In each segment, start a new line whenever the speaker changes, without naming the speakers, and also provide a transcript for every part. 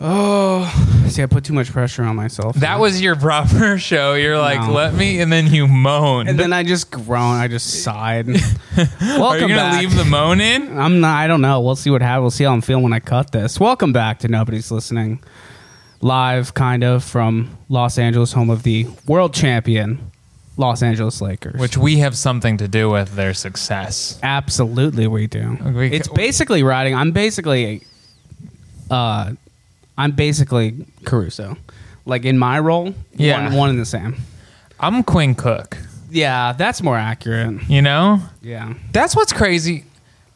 Oh, see, I put too much pressure on myself.
That was your proper show. You're like,
No.
let me, and then you moan.
And then I just groaned. I just sighed.
Are you
Welcome
gonna
back.
leave the moan in?
I'm not. I don't know. We'll see what happens. We'll see how I'm feeling when I cut this. Welcome back to nobody's listening, live kind of from Los Angeles, home of the world champion Los Angeles Lakers.
Which we have something to do with their success.
absolutely we do.
We ca-
it's basically riding. I'm basically, uh, I'm basically Caruso. Like in my role,
Yeah.
one, one in the same.
I'm Quinn Cook.
Yeah, that's more accurate.
You know,
Yeah,
that's what's crazy.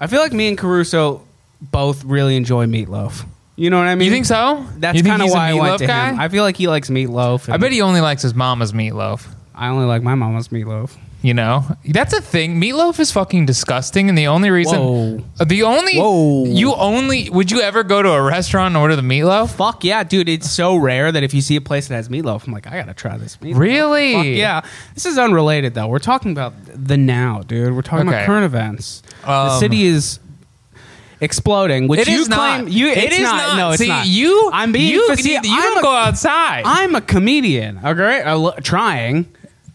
I feel like me and Caruso both really enjoy meatloaf. You know what I mean?
You think so?
That's
You think
kind of
he's a
why I
meatloaf
went to
guy?
him. I feel like he likes meatloaf.
I bet he only likes his mama's meatloaf.
I only like my mama's meatloaf.
You know, that's a thing. Meatloaf is fucking disgusting, and the only reason,
Whoa.
the only,
Whoa.
you only, would you ever go to a restaurant and order the meatloaf?
Fuck yeah, dude! It's so rare that if you see a place that has meatloaf, I'm like, I gotta try this. Meatloaf.
Really?
Fuck yeah. This is unrelated though. We're talking about the now, dude. We're talking
Okay.
about current events. the
Um,
city is exploding. Which
It
you
is
claim
not.
you?
It
it's
is not.
No, it's
See,
not.
you-
I'm being.
you
faci-
need- you
I'm
don't
a-
go outside.
I'm a comedian. Okay, I lo- trying.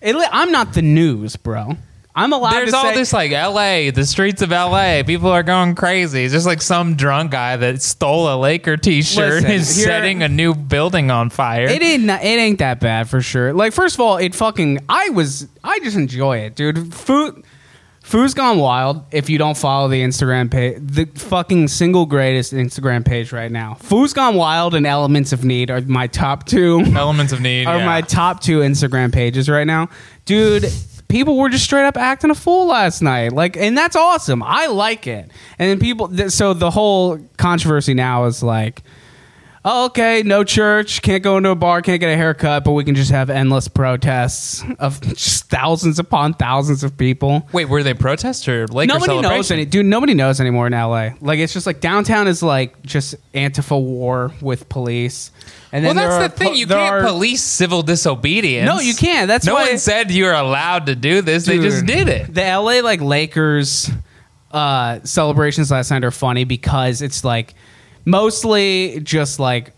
It li- I'm not the news, bro. I'm allowed
There's
to
all
say,
this like LA, the streets of LA, people are going crazy. It's just like some drunk guy that stole a Laker t shirt
Listen,
is
here-
setting a new building on fire.
It ain't not, it ain't that bad for sure. Like first of all, it fucking I was I just enjoy it, dude. Food Foo's gone wild. If you don't follow the Instagram page, the fucking single greatest Instagram page right now. Foo's gone wild and Elements of Need are my top two
Elements of need.
are
yeah.
my top two Instagram pages right now, dude. People were just straight up acting a fool last night, like, and that's awesome. I like it. And then people, th- so the whole controversy now is like, oh, okay, no church, can't go into a bar, can't get a haircut, but we can just have endless protests of just thousands upon thousands of people.
Wait, were they protests or Laker
Nobody knows
celebration?
any dude. Nobody knows anymore in LA. Like it's just like downtown is like just Antifa war with police. And
Well,
then
that's
there
the
are
thing.
po-
You
there
can't
are-
police civil disobedience.
No, you can't. That's
no
why-
one said you're allowed to do this. they just
Dude,
did it.
The LA like Lakers uh celebrations last night are funny because it's like mostly just like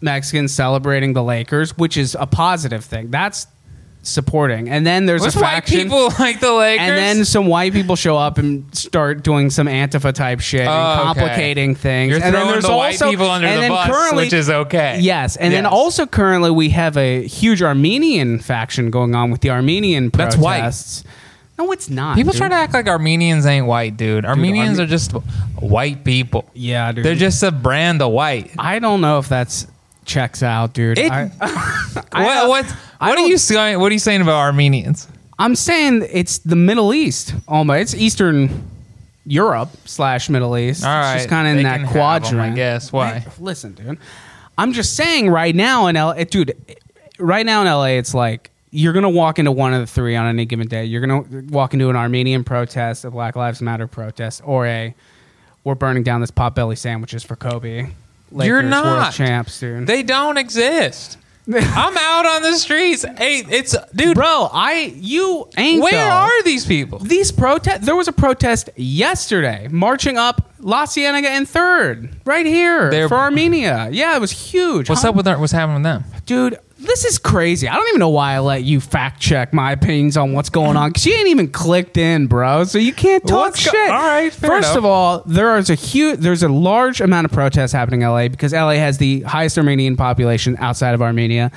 Mexicans celebrating the Lakers, which is a positive thing. That's supporting. And then there's
Which
a
white
faction
people like the Lakers?
and then some white people show up and start doing some Antifa type shit and
Oh, okay.
complicating things.
You're
and then
throwing
there's
the white
also,
people under
and
the
then
bus,
currently-
which is okay.
Yes, and then
Yes.
also currently we have a huge Armenian faction going on with the Armenian
That's white.
protests. No, it's not.
People
dude.
try to act like Armenians ain't white, dude. Armenians are just white people.
Yeah, dude.
They're just a brand of white.
I don't know if that's checks out, dude.
It-
I, I
What
don't-
what,
I
what are
don't-
you saying? What are you saying about Armenians?
I'm saying it's the Middle East almost. It's Eastern Europe slash Middle East.
All right,
it's just kind of in
they
that
can have 'em, I
quadrant.
guess. Why?
Hey, listen, dude. I'm just saying right now in LA, dude, right now in LA, it's like you're going to walk into one of the three on any given day. You're going to walk into an Armenian protest, a Black Lives Matter protest, or a we're burning down this potbelly sandwiches for Kobe. Lakers
You're
world
not.
champs, dude.
They don't exist. I'm out on the streets. Hey, it's dude.
Bro, I you ain't
Where
though.
are these people?
These protest. There was a protest yesterday, marching up La Cienega and Third, right here
They're-
for Armenia. Yeah, it was huge.
What's
Huh?
up with our, what's happening with them?
dude? This is crazy. I don't even know why I let you fact check my opinions on what's going on because you ain't even clicked in, bro. So you can't talk
What's go-
shit.
all right, fair
First
enough.
of all, there is a huge, there's a large amount of protests happening in LA because LA has the highest Armenian population outside of Armenia.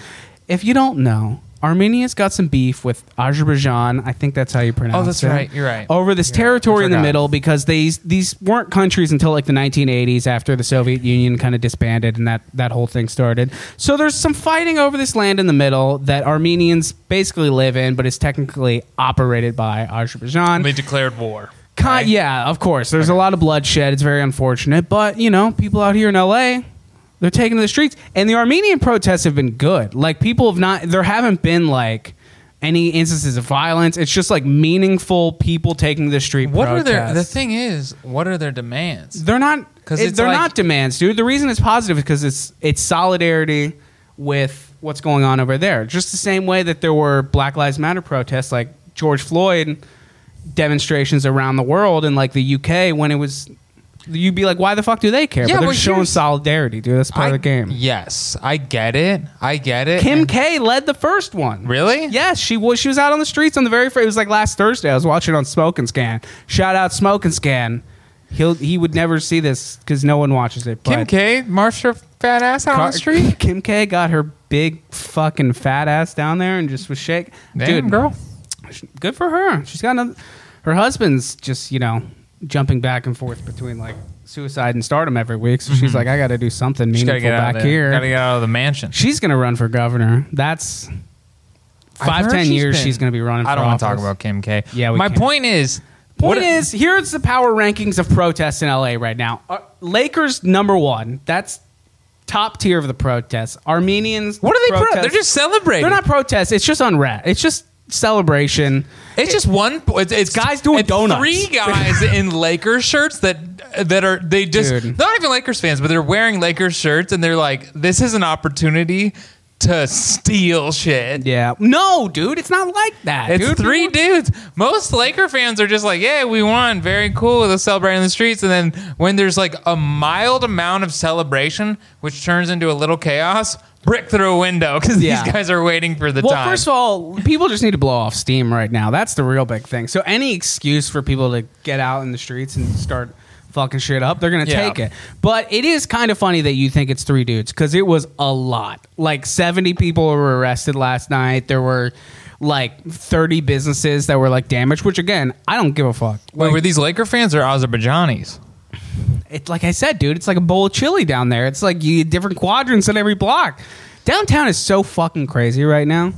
If you don't know. Armenia's got some beef with Azerbaijan. I think that's how you pronounce it.
Oh, that's right. You're right.
Over this territory in the
forgot.
middle because these these weren't countries until like the 1980s after the Soviet Union kind of disbanded and that that whole thing started. So there's some fighting over this land in the middle that Armenians basically live in, but is technically operated by Azerbaijan.
They declared war.
Ki-
right?
Yeah, of course. There's a lot of bloodshed. It's very unfortunate, but you know, people out here in LA, they're taking to the streets, and the Armenian protests have been good. Like people have not. There haven't been like any instances of violence. It's just like meaningful people taking to the street.
What are their? The
protests.
thing is, what are their demands?
They're not
'Cause
it-
it's
they're
like-
not demands, dude. The reason it's positive is because it's it's solidarity with what's going on over there. Just the same way that there were Black Lives Matter protests, like George Floyd demonstrations around the world, and like the UK when it was You'd be like, why the fuck do they care?
Yeah,
but they're
but
showing
here's-
solidarity, dude. That's part
I-
of the game.
Yes, I get it. I get it.
Kim
And-
K led the first one.
Really?
Yes, she was. She was out on the streets on the very first. It was like last Thursday. I was watching on Smoke and Scan. Shout out Smoke and Scan. He'll he would never see this because no one watches it.
Kim
but-
K marched her fat ass out on the street.
Kim K got her big fucking fat ass down there and just was shake.
Damn,
Dude,
girl.
good for her. She's got another. Her husband's just you know jumping back and forth between like suicide and stardom every week. So she's like, I got to do something
Mm-hmm. She's
meaningful
gotta get out
back
of there.
here.
Gotta get out of the mansion.
She's gonna run for governor. That's
I've
five
heard
ten
she's
years.
been-
she's gonna be running. For
I don't
want
want to talk about Kim K.
Yeah, we
my
can't.
point is,
Point
what-
is, here's the power rankings of protests in LA right now. Uh, Lakers number one. That's top tier of the protests. Armenians.
What are they? Pro-
protests-
they're just celebrating.
They're not protests. It's just unrest. It's just celebration.
It's just one. It's, it's
Guys doing
it's
donuts.
Three guys in Lakers shirts that that are they just
Dude.
they're not even Lakers fans, but they're wearing Lakers shirts and they're like, this is an opportunity to steal shit.
Yeah. No, dude, it's not like that.
It's
dude.
three dudes. Most Laker fans are just like, "Yeah, we won. Very cool. They're celebrating in the streets." And then when there's like a mild amount of celebration, which turns into a little chaos, brick through a window because
Yeah.
these guys are waiting for the
Well,
time.
first of all, people just need to blow off steam right now. That's the real big thing. So any excuse for people to get out in the streets and start fucking shit up, they're gonna
Yeah.
take it. But it is kind of funny that you think it's three dudes because it was a lot. Like seventy people were arrested last night. There were like thirty businesses that were like damaged. Which again, I don't give a fuck.
Wait, were these Laker fans or Azerbaijanis?
it's like I said, dude, it's like a bowl of chili down there. It's like you different quadrants on every block. Downtown is so fucking crazy right now.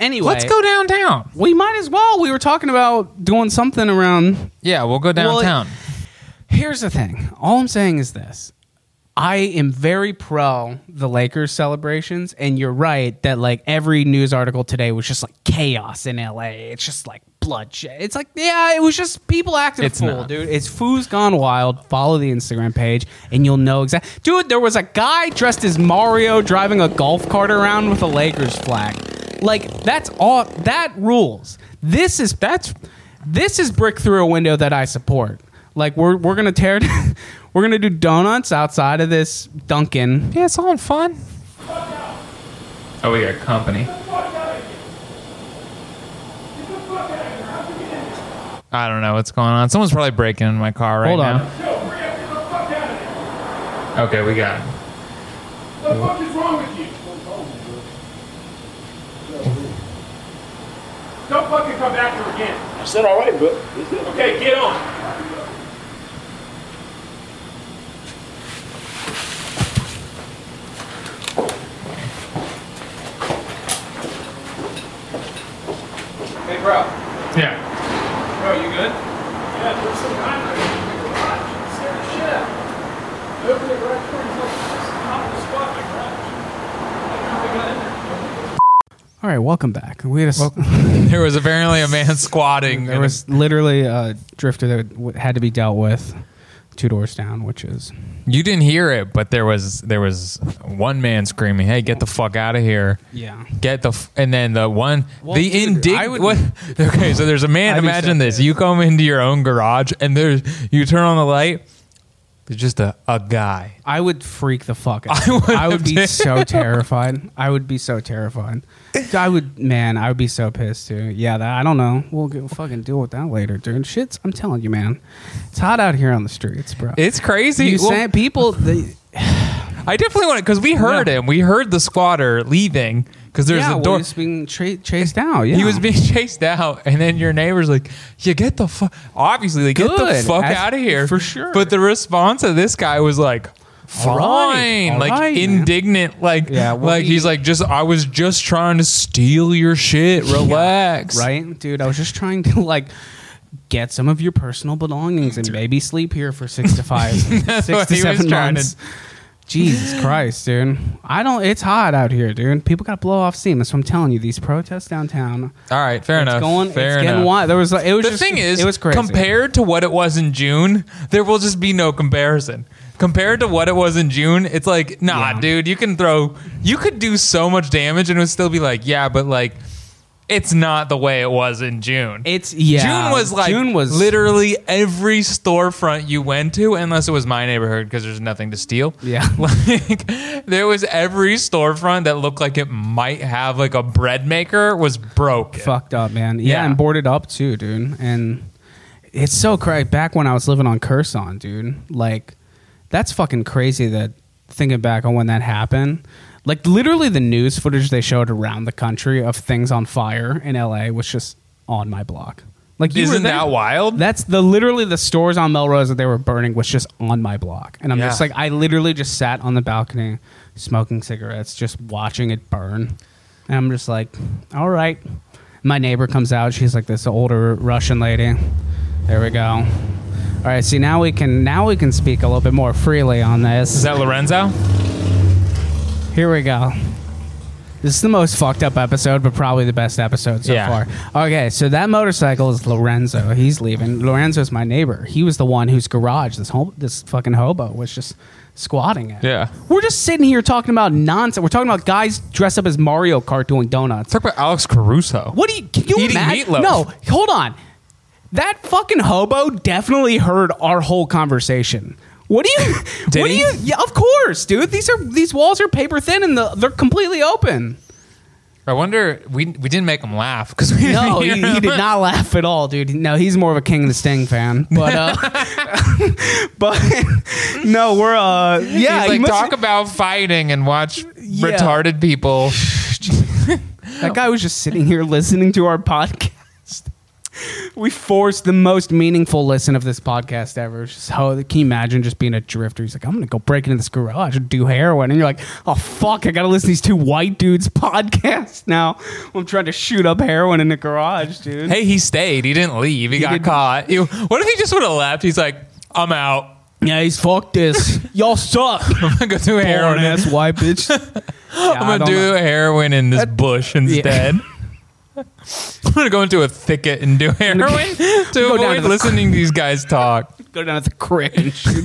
Anyway,
Let's go downtown.
We might as well. We were talking about doing something around.
Yeah, we'll go
Well,
downtown.
Here's the thing. All I'm saying is this. I am very pro the Lakers celebrations, and you're right that like every news article today was just like chaos in LA. It's just like bloodshed. It's like yeah, it was just people acting
It's
fool,
not.
dude. It's foo's gone wild. Follow the Instagram page, and you'll know exactly. Dude, there was a guy dressed as Mario driving a golf cart around with a Lakers flag. Like that's all. That rules. This is that's this is brick through a window that I support. Like we're we're gonna tear. we're gonna do donuts outside of this Dunkin'.
yeah, it's all in fun. Oh, we got company. I don't know what's going on. Someone's probably breaking into my car right
Hold on.
now. Okay, we got him.
What the fuck is wrong with you? Don't fucking come back here again.
I said, all right, but is it
Okay, get on.
Hey, bro.
Yeah.
Bro, you good?
Yeah, there's some guy in the garage. He's scared the shit out of me. Open the garage door. He's like, "This is not the spot in my garage. I don't know how we got in there.
All right, welcome back. We had a s-
There was apparently a man squatting.
there was literally a drifter that w- had to be dealt with two doors down, which is
you didn't hear it, but there was there was one man screaming, "Hey, get the fuck out of here!"
yeah.
Get the f- and then the one the
dude, I
indig
would-
what okay so there's a man
I'd be
imagine
so
this you come into your own garage and there's you turn on the light there's just a, a guy
I would freak the fuck out.
I would
I would
have
be
too.
so terrified. I would be so terrified. I would, man. I would be so pissed too. Yeah, that, I don't know. We'll, get, we'll fucking deal with that later, dude. Shit's. I'm telling you, man. It's hot out here on the streets, bro.
it's crazy
you
Well,
saying people? They,
I definitely want to because we heard
Yeah.
him we heard the squatter leaving because there's
yeah,
a
well,
door
he's being tra- chased out. Yeah,
He was being chased out, and then your neighbor's like, "Yeah, get the fuck." Obviously, like, get the
Good.
fuck
That's-
out of here
for sure.
But the response of this guy was like,
All
"Fine,"
right. All
like
right, man.
indignant, like,
Yeah, well,
like
he-
he's like, "Just I was just trying to steal your shit. Relax,
right, dude. I was just trying to like get some of your personal belongings and maybe sleep here for six to five, six
what
to
he was
seven
trying to-
months. Jesus Christ, dude! I don't. It's hot out here, dude. People got to blow off steam. That's what I'm telling you. These protests downtown.
All right, fair
It's
enough.
going.
fair
it's getting
enough.
wild. There was. like- It was.
The
just-
thing is,
it was crazy.
compared to what it was in June, there will just be no comparison. Compared to what it was in June, it's like, nah,
Yeah.
dude, you can throw, you could do so much damage and it would still be like, yeah, but like, it's not the way it was in June.
It's yeah.
June was like
June was
literally every storefront you went to, unless it was my neighborhood because there's nothing to steal.
Yeah.
like there was every storefront that looked like it might have like a bread maker was broken.
fucked up, man. Yeah,
Yeah.
and boarded up too, dude. And it's so crazy. Back when I was living on Curson, dude, like that's fucking crazy. That thinking back on when that happened, like literally the news footage they showed around the country of things on fire in LA was just on my block. Like you were
Isn't
there.
that wild?
That's the literally the stores on Melrose that they were burning was just on my block, and I'm
Yeah.
just like I literally just sat on the balcony smoking cigarettes, just watching it burn, and I'm just like, all right. My neighbor comes out. She's like this older Russian lady. There we go. All right. See now we can now we can speak a little bit more freely on this.
Is that Lorenzo?
Here we go. This is the most fucked up episode, but probably the best episode so
Yeah.
far. Okay, so that motorcycle is Lorenzo. He's leaving. Lorenzo's my neighbor. He was the one whose garage this whole this fucking hobo was just squatting at.
Yeah.
We're just sitting here talking about nonsense. We're talking about guys dressed up as Mario Kart doing donuts.
Talk about Alex Caruso.
What do you can you
Eating
imagine?
meatloaf.
No, hold on. That fucking hobo definitely heard our whole conversation. What do you?
Did
what
he?
do you? Yeah, of course, dude. These are these walls are paper thin and the, they're completely open.
I wonder. We we didn't make him laugh because we
No, he,
didn't
he did not laugh at all, dude. No, he's more of a King of the Sting fan. But uh, but no, we're uh yeah.
He's
he
like
must-
talk about fighting and watch
Yeah.
retarded people.
That guy was just sitting here listening to our podcast. We forced the most meaningful listen of this podcast ever. It's Just how can you imagine just being a drifter? He's like, I'm gonna go break into this garage and do heroin, and you're like, oh fuck, I gotta listen to these two white dudes podcasts now. I'm trying to shoot up heroin in the garage, dude.
Hey, he stayed. He didn't leave. He, got
didn't-
caught. He- what if he just would have left? He's like, I'm out.
yeah, he's fuck this. Y'all suck.
I'm gonna go do
Boring
heroin.
ass white bitch.
I'm gonna do heroin in this bush instead. I'm gonna go into a thicket and do heroin to
Go down
avoid
to the-
listening to these guys talk.
go down at the crick and shoot,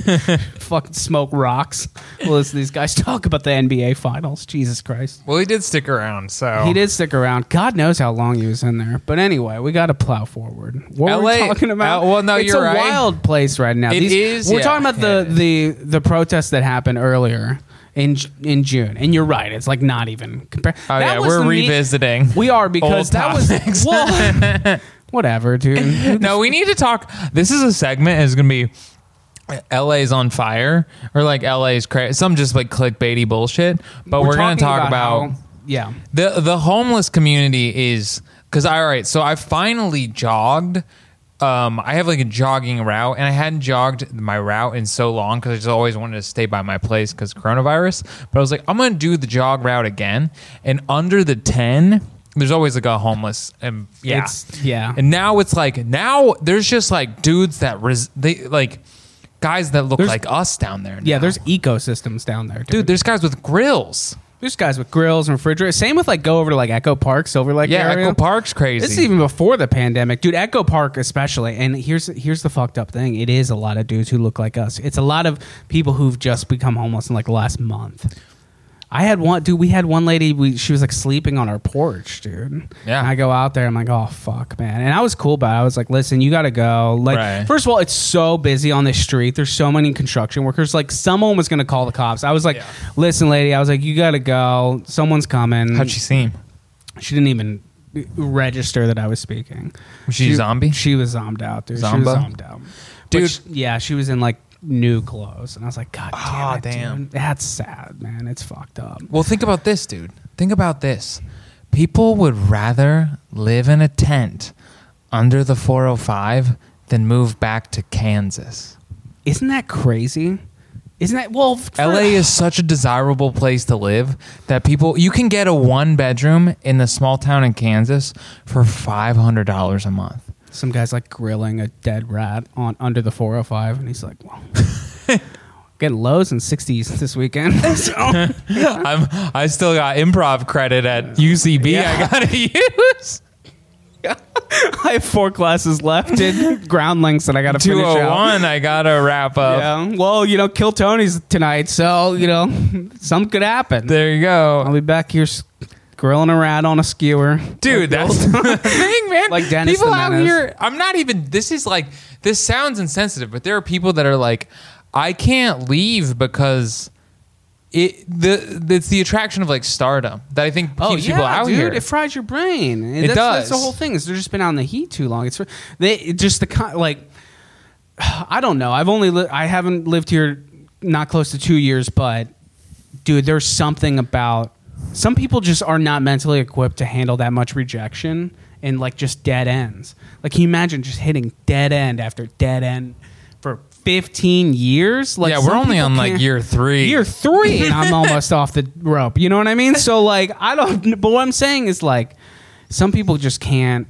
fucking smoke rocks. Listen, to these guys talk about the NBA finals. Jesus Christ.
Well, he did stick around, so
He did stick around. God knows how long he was in there. But anyway, we got to plow forward. What are we
LA
talking about?
uh, well, no,
it's
you're
a
right.
wild place right now.
It is,
We're
yeah.
talking about
Yeah,
the, the the protests that happened earlier in J- in June, and you're right. It's like not even compared.
Oh yeah, we're revisiting.
we are because
old
that was
topics.
well, whatever, dude.
no, we need to talk. This is a segment. Is gonna be LA's on fire or like LA's cra- some just like clickbaity bullshit. But we're, gonna
talking
talk about,
how- yeah.
the the homeless community is because all right. So I finally jogged. Um, I have like a jogging route, and I hadn't jogged my route in so long because I just always wanted to stay by my place because coronavirus. But I was like, I'm gonna do the jog route again, and under the ten. There's always like a homeless, and yeah,
It's- yeah.
and now it's like now there's just like dudes that res- they like guys that look
There's-
like us down there.
Yeah,
now.
there's ecosystems down there, dude.
dude. There's guys with grills.
There's guys with grills and refrigerators. Same with like go over to like Echo Park, Silver Lake.
Yeah,
area.
Echo Park's crazy.
This is even before the pandemic, dude. Echo Park, especially. And here's here's the fucked up thing. It is a lot of dudes who look like us. It's a lot of people who've just become homeless in like the last month. I had one dude. We had one lady. We, she was like sleeping on our porch, dude.
Yeah.
And I go out there. I'm like, oh fuck, man. And I was cool about. it. I was like, listen, you gotta go. Like,
Right.
first of all, it's so busy on this street. There's so many construction workers. Like, someone was gonna call the cops. I was like,
Yeah.
listen, lady. I was like, you gotta go. Someone's coming.
How'd she seem?
She didn't even register that I was speaking.
Was she a zombie?
She was zombed out, dude. She was
Zombo?
zombed out. But
Dude.
she- yeah, she was in like new clothes, and I was like, God damn,
Aw,
it,
Ah, damn.
dude. that's sad, man. It's fucked up.
Well, think about this, dude. Think about this. People would rather live in a tent under the 405 than move back to Kansas.
Isn't that crazy? Isn't that well? for-
LA is such a desirable place to live that people you can get a one bedroom in the small town in Kansas for $500 a month.
some guy's like grilling a dead rat on under the 405, and he's like, well. Getting lows in 60s this weekend. So-
I'm I still got improv credit at UCB I got to use.
I have four classes left in ground links that I got to finish out.
201 I got to wrap up.
Yeah. Well, you know, kill Tony's tonight, so you know, something could happen.
There you go.
I'll be back here s- grilling a rat on a skewer. Oh,
Dude, that's the thing, man.
Like Dennis
people
the
out
Menace.
here. I'm not even. This is like. This sounds insensitive, but there are people that are like, I can't leave because it. The it's the attraction of like stardom that I think keeps people out
Oh, dude,
here.
It fries your brain. And
It
that's, That's the
does.
whole thing. Is they're just been out in the heat too long. It's they it just the con- like. I don't know. I've only li- I haven't lived here not close to two years, but dude, there's something about some people just are not mentally equipped to handle that much rejection and like just dead ends. Like, can you imagine just hitting dead end after dead end for 15 years? Like,
yeah, we're
some
only
people
on like
can't-
year three.
year three and I'm almost off the rope. You know what I mean? So like I don't but what I'm saying is like some people just can't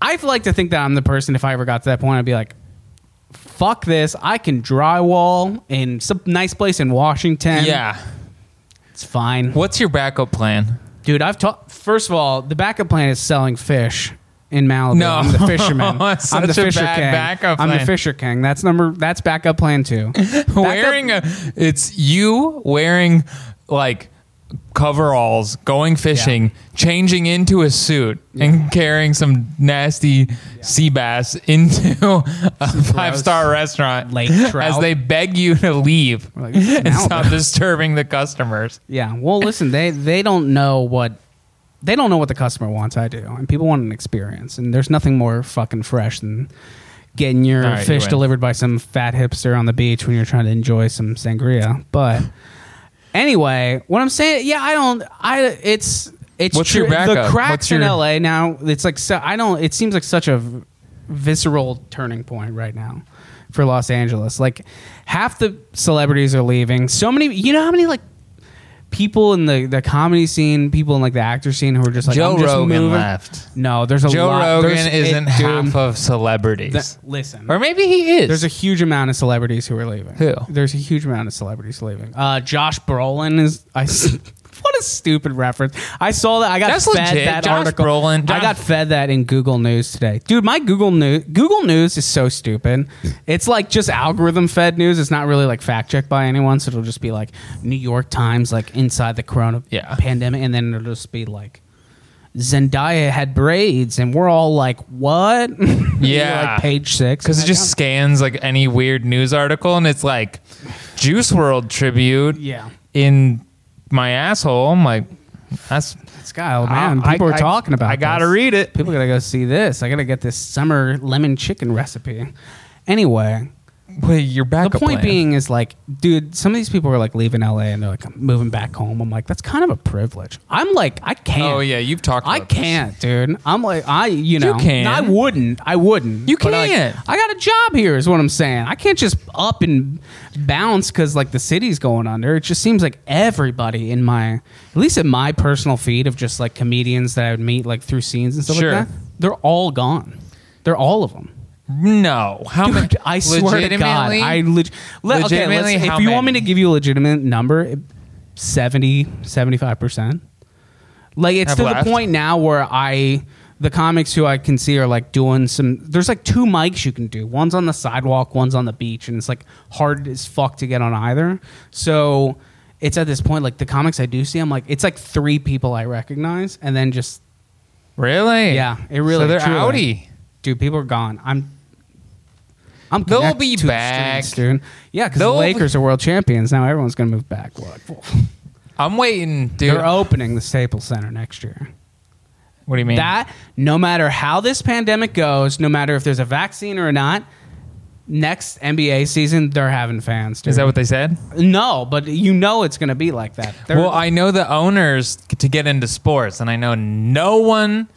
I like to think that I'm the person if I ever got to that point I'd be like fuck this. I can drywall in some nice place in Washington.
Yeah.
It's fine.
What's your backup plan?
Dude, I've taught first of all, the backup plan is selling fish. In Malibu,
No.
I'm the fisherman.
That's
I'm the
such a
fisher
bad
king.
backup
I'm the
plan.
fisher king. That's number. That's backup plan two. Backup-
wearing a it's you wearing like coveralls going fishing changing into a suit and carrying some nasty sea bass into a five star restaurant
Lake
as
trout.
they beg you to leave
We're like, this is
and stop
Malibu.
disturbing the customers
Yeah. Well, listen, they they don't know what they don't know what the customer wants. I do, and people want an experience, and there's nothing more fucking fresh than getting your
All right, you
fish
win.
delivered by some fat hipster on the beach when you're trying to enjoy some sangria. But anyway, what I'm saying, yeah, I don't, I it's it's
What's your
the
backup?
cracks
What's
in
your-
LA now. It's like so, I don't. It seems like such a v- visceral turning point right now for Los Angeles. Like half the celebrities are leaving. So many, you know how many like people in the, the comedy scene, people in like the actor scene who are just like
Joe
I'm just
Rogan
moving.
left.
No, there's a
joe
lot.
rogan
there's-
isn't
it-
half
dude,
of celebrities
that- listen,
or maybe he is
there's a huge amount of celebrities who are leaving.
Who?
There's a huge amount of celebrities leaving. Uh, Josh Brolin is. I. s- What a stupid reference! I saw that. I got
That's
fed
legit.
that
Josh
article.
Brolin-
I got
Josh-
fed that in Google News today, dude. My Google News Google News is so stupid. It's like just algorithm fed news. It's not really like fact checked by anyone. So it'll just be like New York Times, like inside the corona
Yeah.
pandemic, and then it'll just be like Zendaya had braids, and we're all like, what?
Yeah.
like page six.
because
I'm
it
like,
just scans like any weird news article and it's like juice world tribute
Yeah.
in my asshole i'm like that's
This guy, oh man,
I-
people
I-
are talking about.
i gotta
this.
read it
People gotta go see this. I gotta get this summer lemon chicken recipe. Anyway,
wait your
the
backup
point
plan.
being is like, dude, some of these people are like leaving LA and they're like I'm moving back home. I'm like, that's kind of a privilege. I'm like, I can't.
oh yeah you've talked
I
about this.
can't, dude. I'm like, I, you know,
can.
I wouldn't. I wouldn't.
You
But, like,
can't.
I got a job here, is what I'm saying. I can't just up and bounce because like the city's going under. It just seems like everybody in my, at least in my personal feed of just like comedians that I would meet like through scenes and stuff
Sure.
like that, they're all gone. They're all of them.
no how
Dude,
many
I swear to God,
legitimately,
I leg- le- okay, let's,
legitimately,
if you
how
want me to
many?
give you a legitimate number, it- 70, 75 percent. Like it's
Have
to
left?
the point now where I, the comics who I can see are like doing some. There's like two mics you can do. One's on the sidewalk, one's on the beach, and it's like hard as fuck to get on either. So it's at this point like the comics I do see, I'm like it's like three people I recognize, and then just
really
yeah, it really.
so they're
truly.
outie
dude. People are gone. I'm. I'm
They'll
connected
be
to the
back.
streets, dude. Yeah, because the
They'll be-
Lakers are world champions now. Everyone's gonna move back. What?
i'm waiting dude
They're opening the Staples Center next year.
what do you mean
That no matter how this pandemic goes, no matter if there's a vaccine or not, next NBA season they're having fans. Dude.
is that what they said
No, but you know it's gonna be like that. They're-
well, I know the owners to get into sports, and I know no one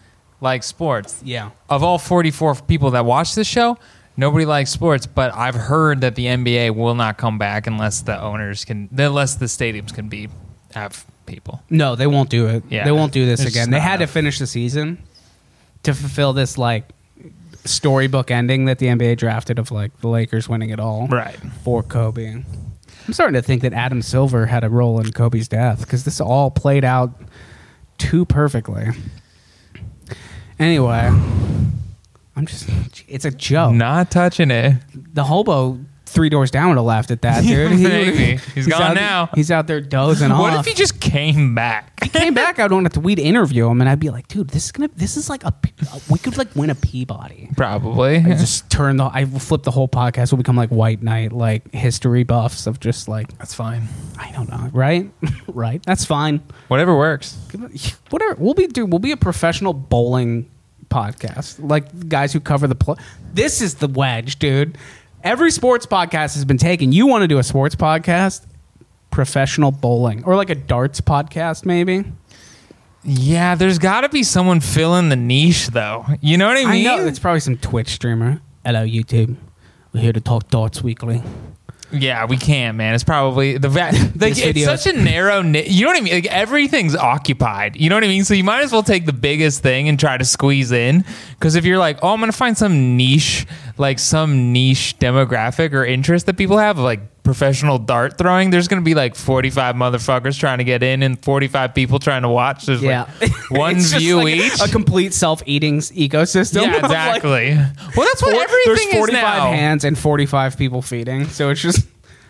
likes sports.
yeah.
Of all 44 people that watch this show, nobody likes sports, but I've heard that the NBA will not come back unless the owners can, unless the stadiums can be have people.
No, they won't do it.
Yeah.
They won't do this
There's just
again. They
not
had to
enough.
finish the season to fulfill this like storybook ending that the NBA drafted of like the Lakers winning it all
Right.
for Kobe. I'm starting to think that Adam Silver had a role in Kobe's death because this all played out too perfectly. Anyway, I'm just it's a joke. Oh.
Not touching it.
The hobo three doors down would have laughed at that, dude. He-
Maybe. He's gone
out,
now.
He's out there dozing off.
What if he just came back?
came back? I'd want to we'd interview him, and I'd be like, dude, this is gonna this is like a P- we could like win a Peabody.
Probably.
I just turn the I flip the whole podcast. We'll become like White Knight, like history buffs of just like
That's fine.
I don't know, right? right. That's fine.
Whatever works.
Whatever. We'll be dude, we'll be a professional bowling podcast. Like guys who cover the pl- This is the wedge, dude. Every sports podcast has been taken. You want to do a sports podcast? Professional bowling or like a darts podcast maybe?
Yeah, there's got to be someone filling the niche, though. You know what I
I
mean?
know it's probably some Twitch streamer. Hello YouTube. We're here to talk darts weekly.
yeah, we can't, man. It's probably the va- like
This
it's
video-
such a narrow. Ni- you know what I mean? Like everything's occupied. You know what I mean? So you might as well take the biggest thing and try to squeeze in. Because if you're like, oh, I'm gonna find some niche, like some niche demographic or interest that people have, like professional dart throwing, there's gonna be like 45 motherfuckers trying to get in and 45 people trying to watch. There's like one
It's just
view
like a-
each.
A complete self-eating s- ecosystem.
yeah,
of, like,
exactly. well, that's what
four-
everything
there's 45
is now,
hands and 45 people feeding. So it's just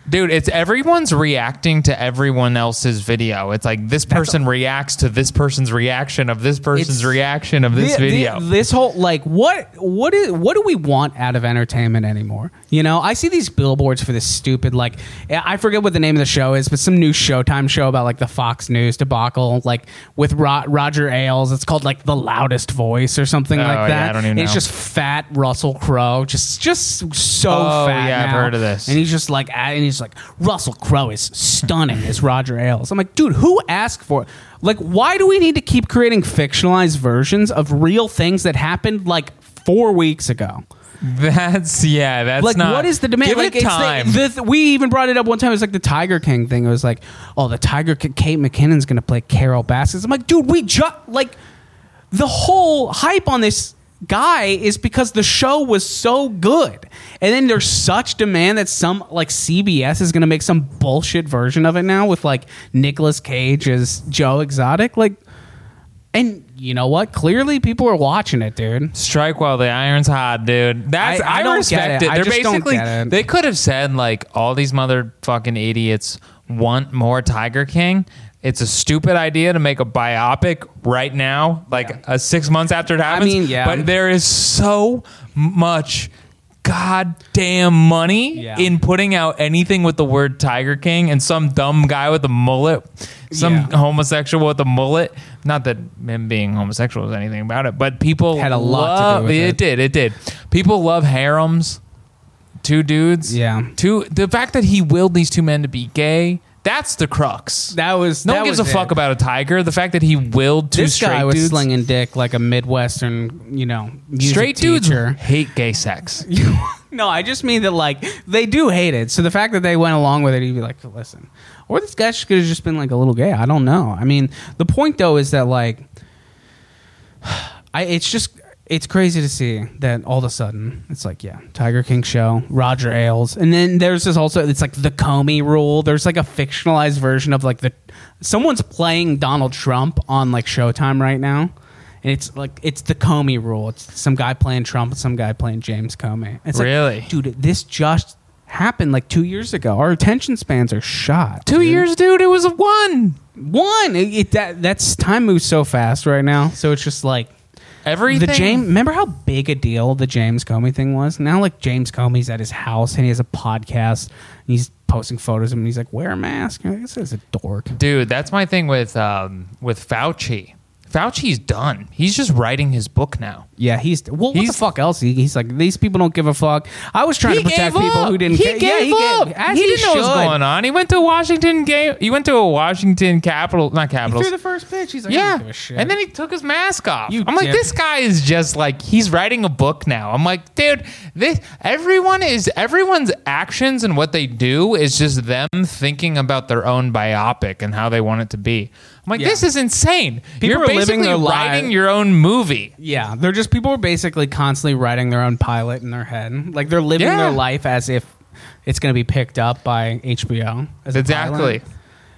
dude. It's everyone's reacting to everyone else's video. It's like this person reacts to this person's reaction of this person's
It's-
reaction of this
thi- thi-
video.
this whole like what what is what do we want out of entertainment anymore? You know, I see these billboards for this stupid like I forget what the name of the show is, but some new Showtime show about like the Fox News debacle, like with Ro- Roger Ailes. It's called like the loudest voice or something
Oh, yeah,
like that.
I don't even
It's
know.
just fat Russell Crowe, just just so
Oh,
fat.
yeah, I've
now.
heard of this.
And he's just like, and he's like, Russell Crowe is stunning as Roger Ailes. I'm like, dude, who asked for it? Like, why do we need to keep creating fictionalized versions of real things that happened like four weeks ago?
That's yeah. That's
like,
not.
what is the demand?
Give
like, it's
it
the-
time.
the- the- we even brought it up one time. It was like the Tiger King thing. It was like, oh, the Tiger King, Kate McKinnon's going to play Carol Baskins. I'm like, dude, we just, like, the whole hype on this guy is because the show was so good. And then there's such demand that some, like, CBS is going to make some bullshit version of it now with, like, Nicolas Cage as Joe Exotic. Like, and you know what? Clearly, people are watching it, dude.
Strike while the iron's hot, dude. That's
I- I
I,
don't
respect
get it.
it.
I
They're
just don't
basically
get it.
they could have said like all these motherfucking idiots want more Tiger King. It's a stupid idea to make a biopic right now, like uh, six months after it happens.
mean, yeah.
But there is so much goddamn money
Yeah.
in putting out anything with the word Tiger King and some dumb guy with a mullet, some
Yeah.
homosexual with a mullet. Not that him being homosexual is anything about it, but people
Had a lot to do
love-
with it.
it did. It did. People love harems. Two dudes.
Yeah.
Two. The fact that he willed these two men to be gay. That's the crux.
That was
no
that
one gives a
was it.
fuck about a tiger. The fact that he willed two
this
straight
guy was
dudes.
slinging dick like a midwestern, you know, music
straight dudes
teacher.
hate gay sex.
no, I just mean that like they do hate it. So the fact that they went along with it, you'd be like, listen, or this guy could have just been like a little gay. I don't know. I mean, the point though is that like, I it's just it's crazy to see that all of a sudden it's like yeah, Tiger King show, Roger Ailes, and then there's this also it's like the Comey rule. There's like a fictionalized version of like the someone's playing Donald Trump on like Showtime right now. And it's like it's the Comey rule. It's some guy playing Trump, some guy playing James Comey. It's like,
Really?
dude, this just happened like two years ago. Our attention spans are shot.
two years, dude. It was a one.
one. It, it- that that's time moves so fast right now. So it's just like
Everything.
the James. Remember how big a deal the James Comey thing was? Now, like James Comey's at his house and he has a podcast and he's posting photos of him. And he's like, wear a mask. And This is a dork.
dude that's my thing with um, with fauci fauci's done he's just writing his book now
Yeah, he's well. What the
He's-
fuck else? He, he's like these people don't give a fuck. I was trying
He
to protect
gave
people
up.
who didn't.
He
care.
gave up.
As
he, didn't know what was
should.
going on. He went to Washington game. He went to a Washington Capitol, not
He
Capitals.
threw the first pitch. He's like, I don't
yeah,
give a shit.
and then he took his mask off.
You
I'm like,
dip.
this guy is just like he's writing a book now. I'm like, dude, this everyone is everyone's actions and what they do is just them thinking about their own biopic and how they want it to be. I'm like,
Yeah.
this is insane.
People
You're
are living
basically
their li-
writing your own movie.
Yeah, they're just people are basically constantly writing their own pilot in their head. Like they're living
Yeah.
their life as if it's going to be picked up by HBO. As a
Exactly.
pilot.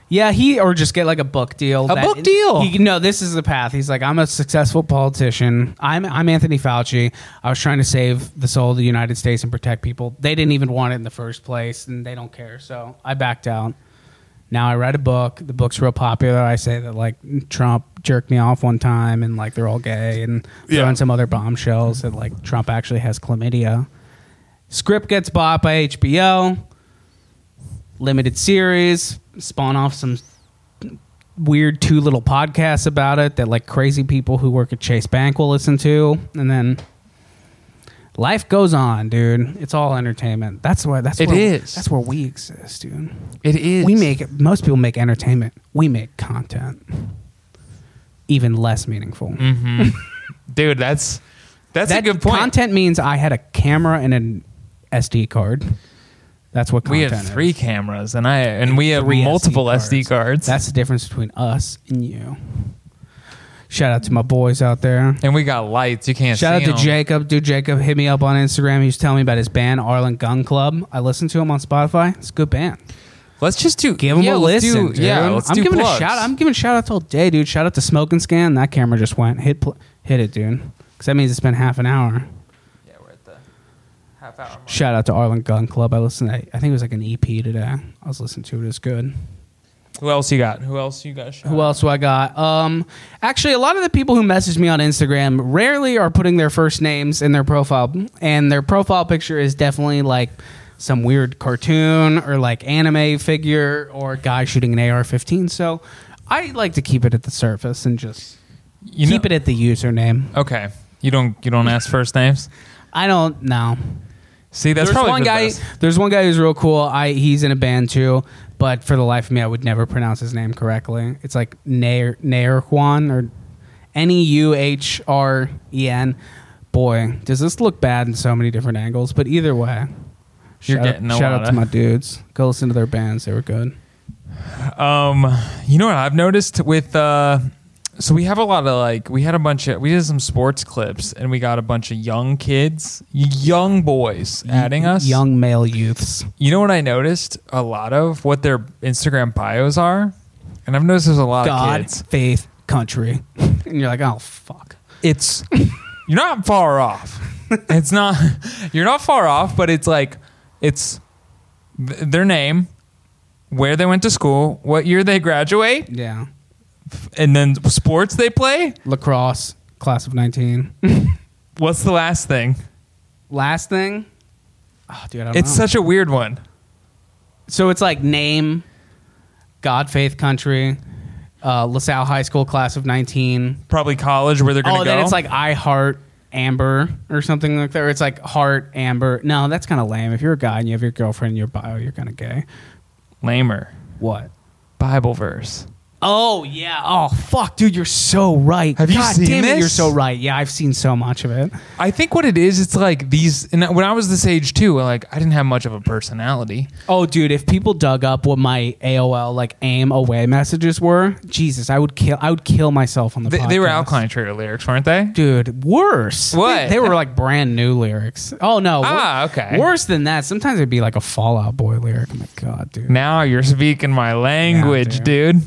Yeah, he or just get like a book deal.
A book deal.
He, no, this is the path. He's like, I'm a successful politician. I'm I'm Anthony Fauci. I was trying to save the soul of the United States and protect people. They didn't even want it in the first place, and they don't care. So I backed out. Now I read a book. The book's real popular. I say that like Trump jerked me off one time, and like they're all gay, and
Yeah.
throwing some other bombshells that like Trump actually has chlamydia. Script gets bought by HBO. Limited series. Spawn off some weird two little podcasts about it that like crazy people who work at Chase Bank will listen to, and then life goes on, dude. It's all entertainment. That's where that's
It
where,
is.
that's where we exist, dude.
It is.
We make most people make entertainment. We make content, even less meaningful.
Mm-hmm. dude. That's Mm. that's a good point.
Content means I had a camera and an SD card. That's what
we
content
have three
is.
cameras, and I and we have
Three
multiple SD cards.
That's the difference between us and you. Shout out to my boys out there.
and we got lights. You can't
Shout out
see
to
'em.
Jacob. Dude, Jacob hit me up on Instagram. He was telling me about his band, Arlen Gun Club. I listened to him on Spotify. It's a good band.
Let's just do
Give him
yeah,
a
let's
listen.
do-
dude.
Yeah, let's
I'm
do
giving
plugs.
a shout. I'm giving shout outs all day, dude. Shout out to Smoke and Scan. That camera just went hit pl- hit it, dude. Because that means it's been half an hour.
yeah, we're at the half hour. Mark.
Shout out to Arlen Gun Club. I listened. To, I think it was like an EP today. I was listening to it. It's good.
Who else you got? Who else you got? Shout
Who else do I got? Um, actually, a lot of the people who message me on Instagram rarely are putting their first names in their profile, and their profile picture is definitely like some weird cartoon or like anime figure or guy shooting an AR-15. So I like to keep it at the surface and just
You
keep
know-
it at the username.
Okay, you don't you don't ask first names.
I don't know.
See, that's
there's
probably
one
the
guy.
best.
There's one guy who's real cool. I he's in a band too, but for the life of me, I would never pronounce his name correctly. It's like Nair Nair Juan or N E U H R E N. Boy, does this look bad in so many different angles? But either way,
You're
shout
getting a
out, shout
lot
out to
of-
my dudes. Go listen to their bands; they were good.
Um, you know what I've noticed with uh, so we have a lot of like we had a bunch of we did some sports clips and we got a bunch of young kids, young boys adding us.
young male youths.
You know what I noticed a lot of what their Instagram bios are, and I've noticed there's a lot of
God,
kids.
faith, country, and you're like, oh fuck.
It's you're not far off. It's not you're not far off, but it's like it's th- their name, where they went to school, what year they graduate,
Yeah,
and then sports they play.
lacrosse, class of nineteen.
What's the last thing?
Last thing, oh, dude, I don't
It's
know.
such a weird one.
So it's like name, God, faith, country, uh, LaSalle High School class of 19.
Probably college where they're
Oh,
going to go.
then it's like I heart Amber or something like that. Or it's like heart Amber. No, that's kind of lame. If you're a guy and you have your girlfriend in your bio, you're kind of gay.
lamer
What?
Bible verse.
Oh yeah. Oh fuck, dude, you're so right.
Have you
God
seen
damn it,
this?
you're so right. Yeah, I've seen so much of it.
I think what it is, it's like these. And when I was this age too, like I didn't have much of a personality.
Oh, dude, if people dug up what my AOL like aim away messages were, Jesus, I would kill. I would kill myself on the.
They, they were
podcast.
Alkaline Trio lyrics, weren't they?
dude worse
What?
they, they were like brand new lyrics oh no
Ah,
Wor-
okay.
worse than that sometimes it'd be like a fallout boy lyric oh my god dude
Now you're speaking my language,
Yeah,
dude.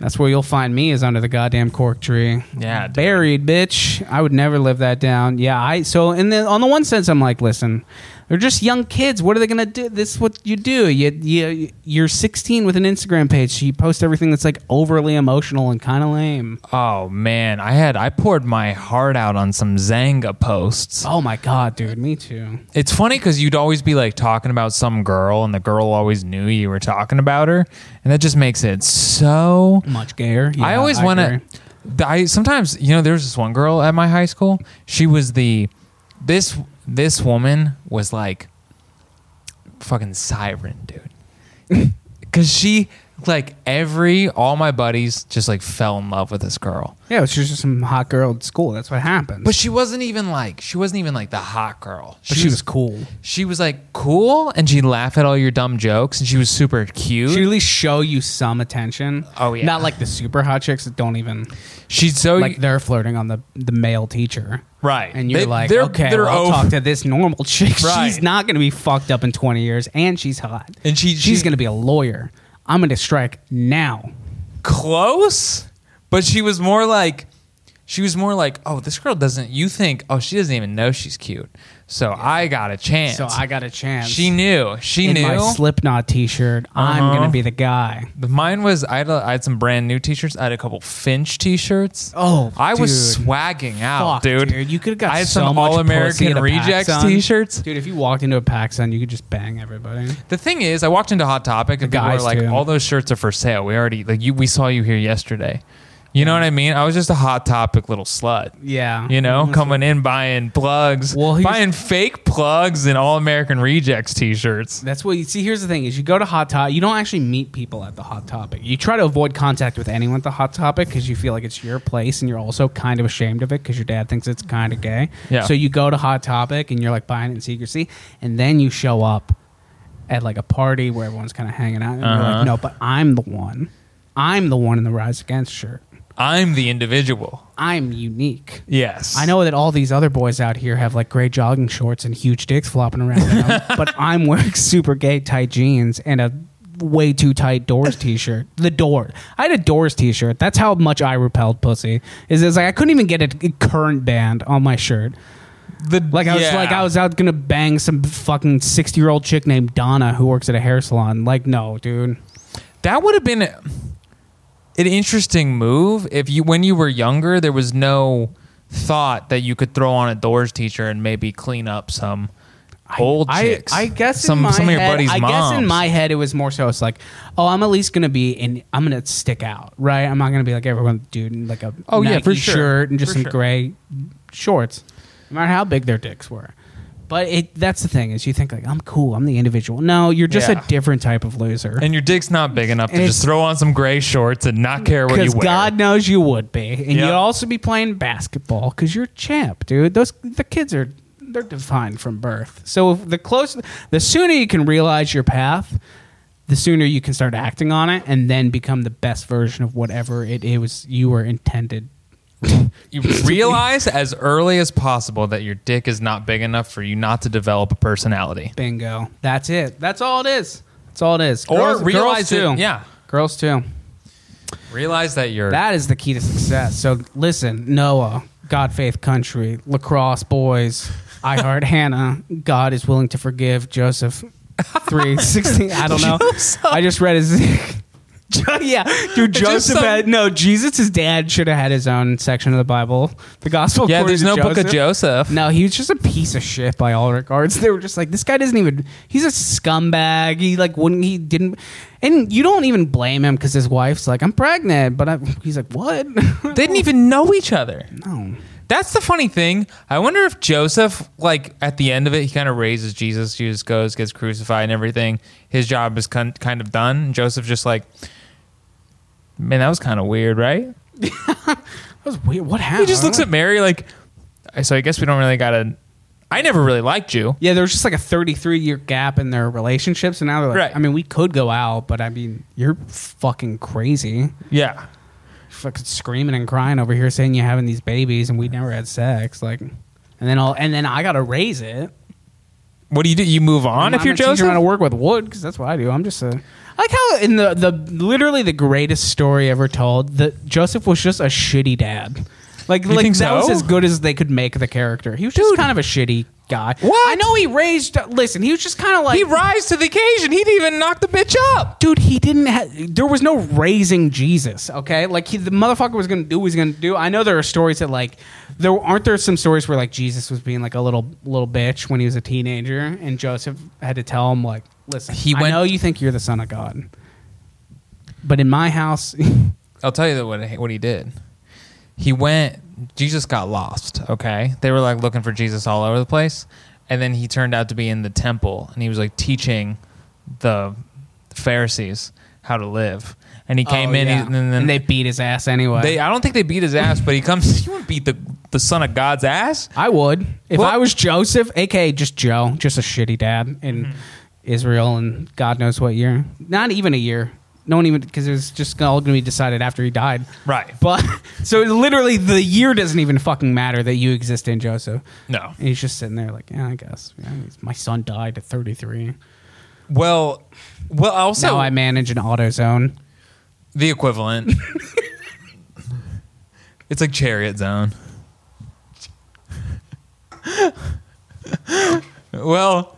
that's where you'll find me is under the goddamn cork tree
Yeah, dude.
buried bitch i would never live that down yeah i so and then on the one sense i'm like listen they're just young kids what are they gonna do this is what you do you, you you're 16 with an instagram page so you post everything that's like overly emotional and kind of lame
Oh man, I had I poured my heart out on some Zanga posts.
oh my god dude me too
It's funny because you'd always be like talking about some girl, and the girl always knew you were talking about her, and that just makes it so
much gayer
I
Yeah,
always want
agree.
to. I sometimes, you know, there was this one girl at my high school. She was the this this woman was like fucking siren, dude. Because she like every all my buddies just like fell in love with this girl,
Yeah, she was just some hot girl at school. That's what happens.
but she wasn't even like she wasn't even like the hot girl.
But she was cool.
She was like cool, and she'd laugh at all your dumb jokes, and she was super cute.
She at least show you some attention.
Oh, yeah.
not like the super hot chicks that don't even
She's so
like they're flirting on the the male teacher,
Oh, Right.
And you're
They-
like,
they're-
okay,
they're
well, I'll
over-
talk to this normal chick.
Right.
She's not going to be fucked up in twenty years, and she's hot,
And she-
she's
she-
going to be a lawyer. I'm going to strike now.
close, but she was more like, she was more like, oh, this girl doesn't. You think, oh, she doesn't even know she's cute. So I got a chance.
So I got a chance.
She knew. She
in
knew.
my Slipknot T-shirt. I'm
Uh-huh.
going to be the guy.
Mine was I had, a, I had some brand new T-shirts. I had a couple Finch T-shirts.
Oh,
I was
dude.
swagging out,
Fuck, dude. You could have got
I had
so
some
much
All
pussy at
American
a
Rejects
PacSun.
T-shirts.
Dude, if you walked into a pack sun, you could just bang everybody.
The thing is, I walked into Hot Topic and
The
people were
guys,
like,
too.
"All those shirts are for sale. We already like you. We saw you here yesterday. You know what I mean? I was just a Hot Topic little slut.
Yeah.
You know, coming in buying plugs,
Well, here's-
buying fake plugs and All American Rejects T-shirts.
That's what you see. Here's the thing: is you go to Hot Topic, you don't actually meet people at the Hot Topic. You try to avoid contact with anyone at the Hot Topic because you feel like it's your place, and you're also kind of ashamed of it because your dad thinks it's kind of gay.
Yeah.
So you go to Hot Topic and you're like buying it in secrecy, and then you show up at like a party where everyone's kind of hanging out, and you're
Uh-huh.
like, no, but I'm the one. I'm the one in the Rise Against shirt.
I'm the individual.
I'm unique.
Yes,
I know that all these other boys out here have like gray jogging shorts and huge dicks flopping around, them, but I'm wearing super gay tight jeans and a way too tight Doors t-shirt. The Doors. I had a Doors t-shirt. That's how much I repelled pussy. Is it's like I couldn't even get a current band on my shirt.
The,
Like I was
yeah.
like I was out gonna bang some fucking sixty year old chick named Donna who works at a hair salon. Like no, dude.
That would have been a- an interesting move if you, when you were younger, there was no thought that you could throw on a Doors teacher and maybe clean up some old
I,
chicks.
I guess
some
in my
some of your
head,
buddies'
I guess in
moms.
my head it was more so it's like, oh, I'm at least gonna be in. I'm gonna stick out, right? I'm not gonna be like everyone dude in like a
Oh, yeah,
Nike
for sure.
shirt and just
For
some
sure.
gray shorts, no matter how big their dicks were. But it that's the thing is you think like I'm cool, I'm the individual. No, you're just
Yeah.
a different type of loser.
and your dick's not big enough to
And
just
it's-
throw on some gray shorts and not care what you
Because
wear.
God knows you would be, and
Yeah.
you'd also be playing basketball because you're a champ, dude. Those the kids are they're defined from birth. So if the closer, the sooner you can realize your path, the sooner you can start acting on it, and then become the best version of whatever it is you were intended.
you realize as early as possible that your dick is not big enough for you not to develop a personality.
Bingo. That's it. That's all it is. That's all it is.
Or realize
girls
it-
too.
yeah.
girls too.
Realize that you're
That is the key to success. So listen, Noah, God Faith Country, Lacrosse Boys, I Heart Hannah, God is willing to forgive Joseph. Three sixteen. I don't know. I just read his. Jo- yeah, dude. Joseph
some-
had no. Jesus, his dad should have had his own section of the Bible, the Gospel.
yeah.
according to
There's no book of Joseph.
no, he was just a piece of shit by all regards. They were just like, this guy doesn't even. He's a scumbag. He like wouldn't. He didn't. And you don't even blame him because his wife's like, I'm pregnant. But I, he's like, what?
They didn't even know each other.
no.
That's the funny thing. I wonder if Joseph, like at the end of it, he kind of raises Jesus. Jesus goes, gets crucified, and everything. His job is con- kind of done. And Joseph just like, man, that was kind of weird, right?
That was weird. What happened?
He just looks at Mary like, so I guess we don't really gotta. I never really liked you.
Yeah, there was just like a 33 year gap in their relationships. And now they're like,
Right.
I mean, we could go out, but I mean, you're fucking crazy.
Yeah.
fucking screaming and crying over here saying you're having these babies and we never had sex. Like, and then all, and then I got to raise it.
What do you do? You move on
I'm
if you're
a teacher
Joseph.
trying to work with wood because that's what I do. I'm just a. I like how in the the literally the greatest story ever told that Joseph was just a shitty dad. Like like
think
that was
so?
as good as they could make the character. He was just kind of a shitty guy.
What?
I know he raised. Listen, he was just kind of like
he rise to the occasion. He'd even knock the bitch up.
dude, he didn't have. There was no raising Jesus. Okay, like he, the motherfucker was gonna do what he's gonna do. I know there are stories that like there aren't there some stories where like Jesus was being like a little little bitch when he was a teenager, and Joseph had to tell him like, listen,
He
he
went-
I know you think you're the son of God, but in my house,
I'll tell you that what what he did. He went. Jesus got lost. Okay, they were like looking for Jesus all over the place, and then he turned out to be in the temple, and he was like teaching the Pharisees how to live. And he came
Oh,
in,
yeah.
and then
and they beat his ass anyway.
they. I don't think they beat his ass, but he comes. You wouldn't beat the the son of God's ass.
I would if
Well-
I was Joseph, aka just Joe, just a shitty dad in Israel, and God knows what year. Not even a year. No one even because it was just all going to be decided after he died.
Right.
But so literally the year doesn't even fucking matter that you exist in Joseph.
No.
And he's just sitting there like, yeah, I guess. Yeah, he's- my son died at 33.
Well, well, also
now I manage an auto zone.
the equivalent. it's like Chariot Zone. well,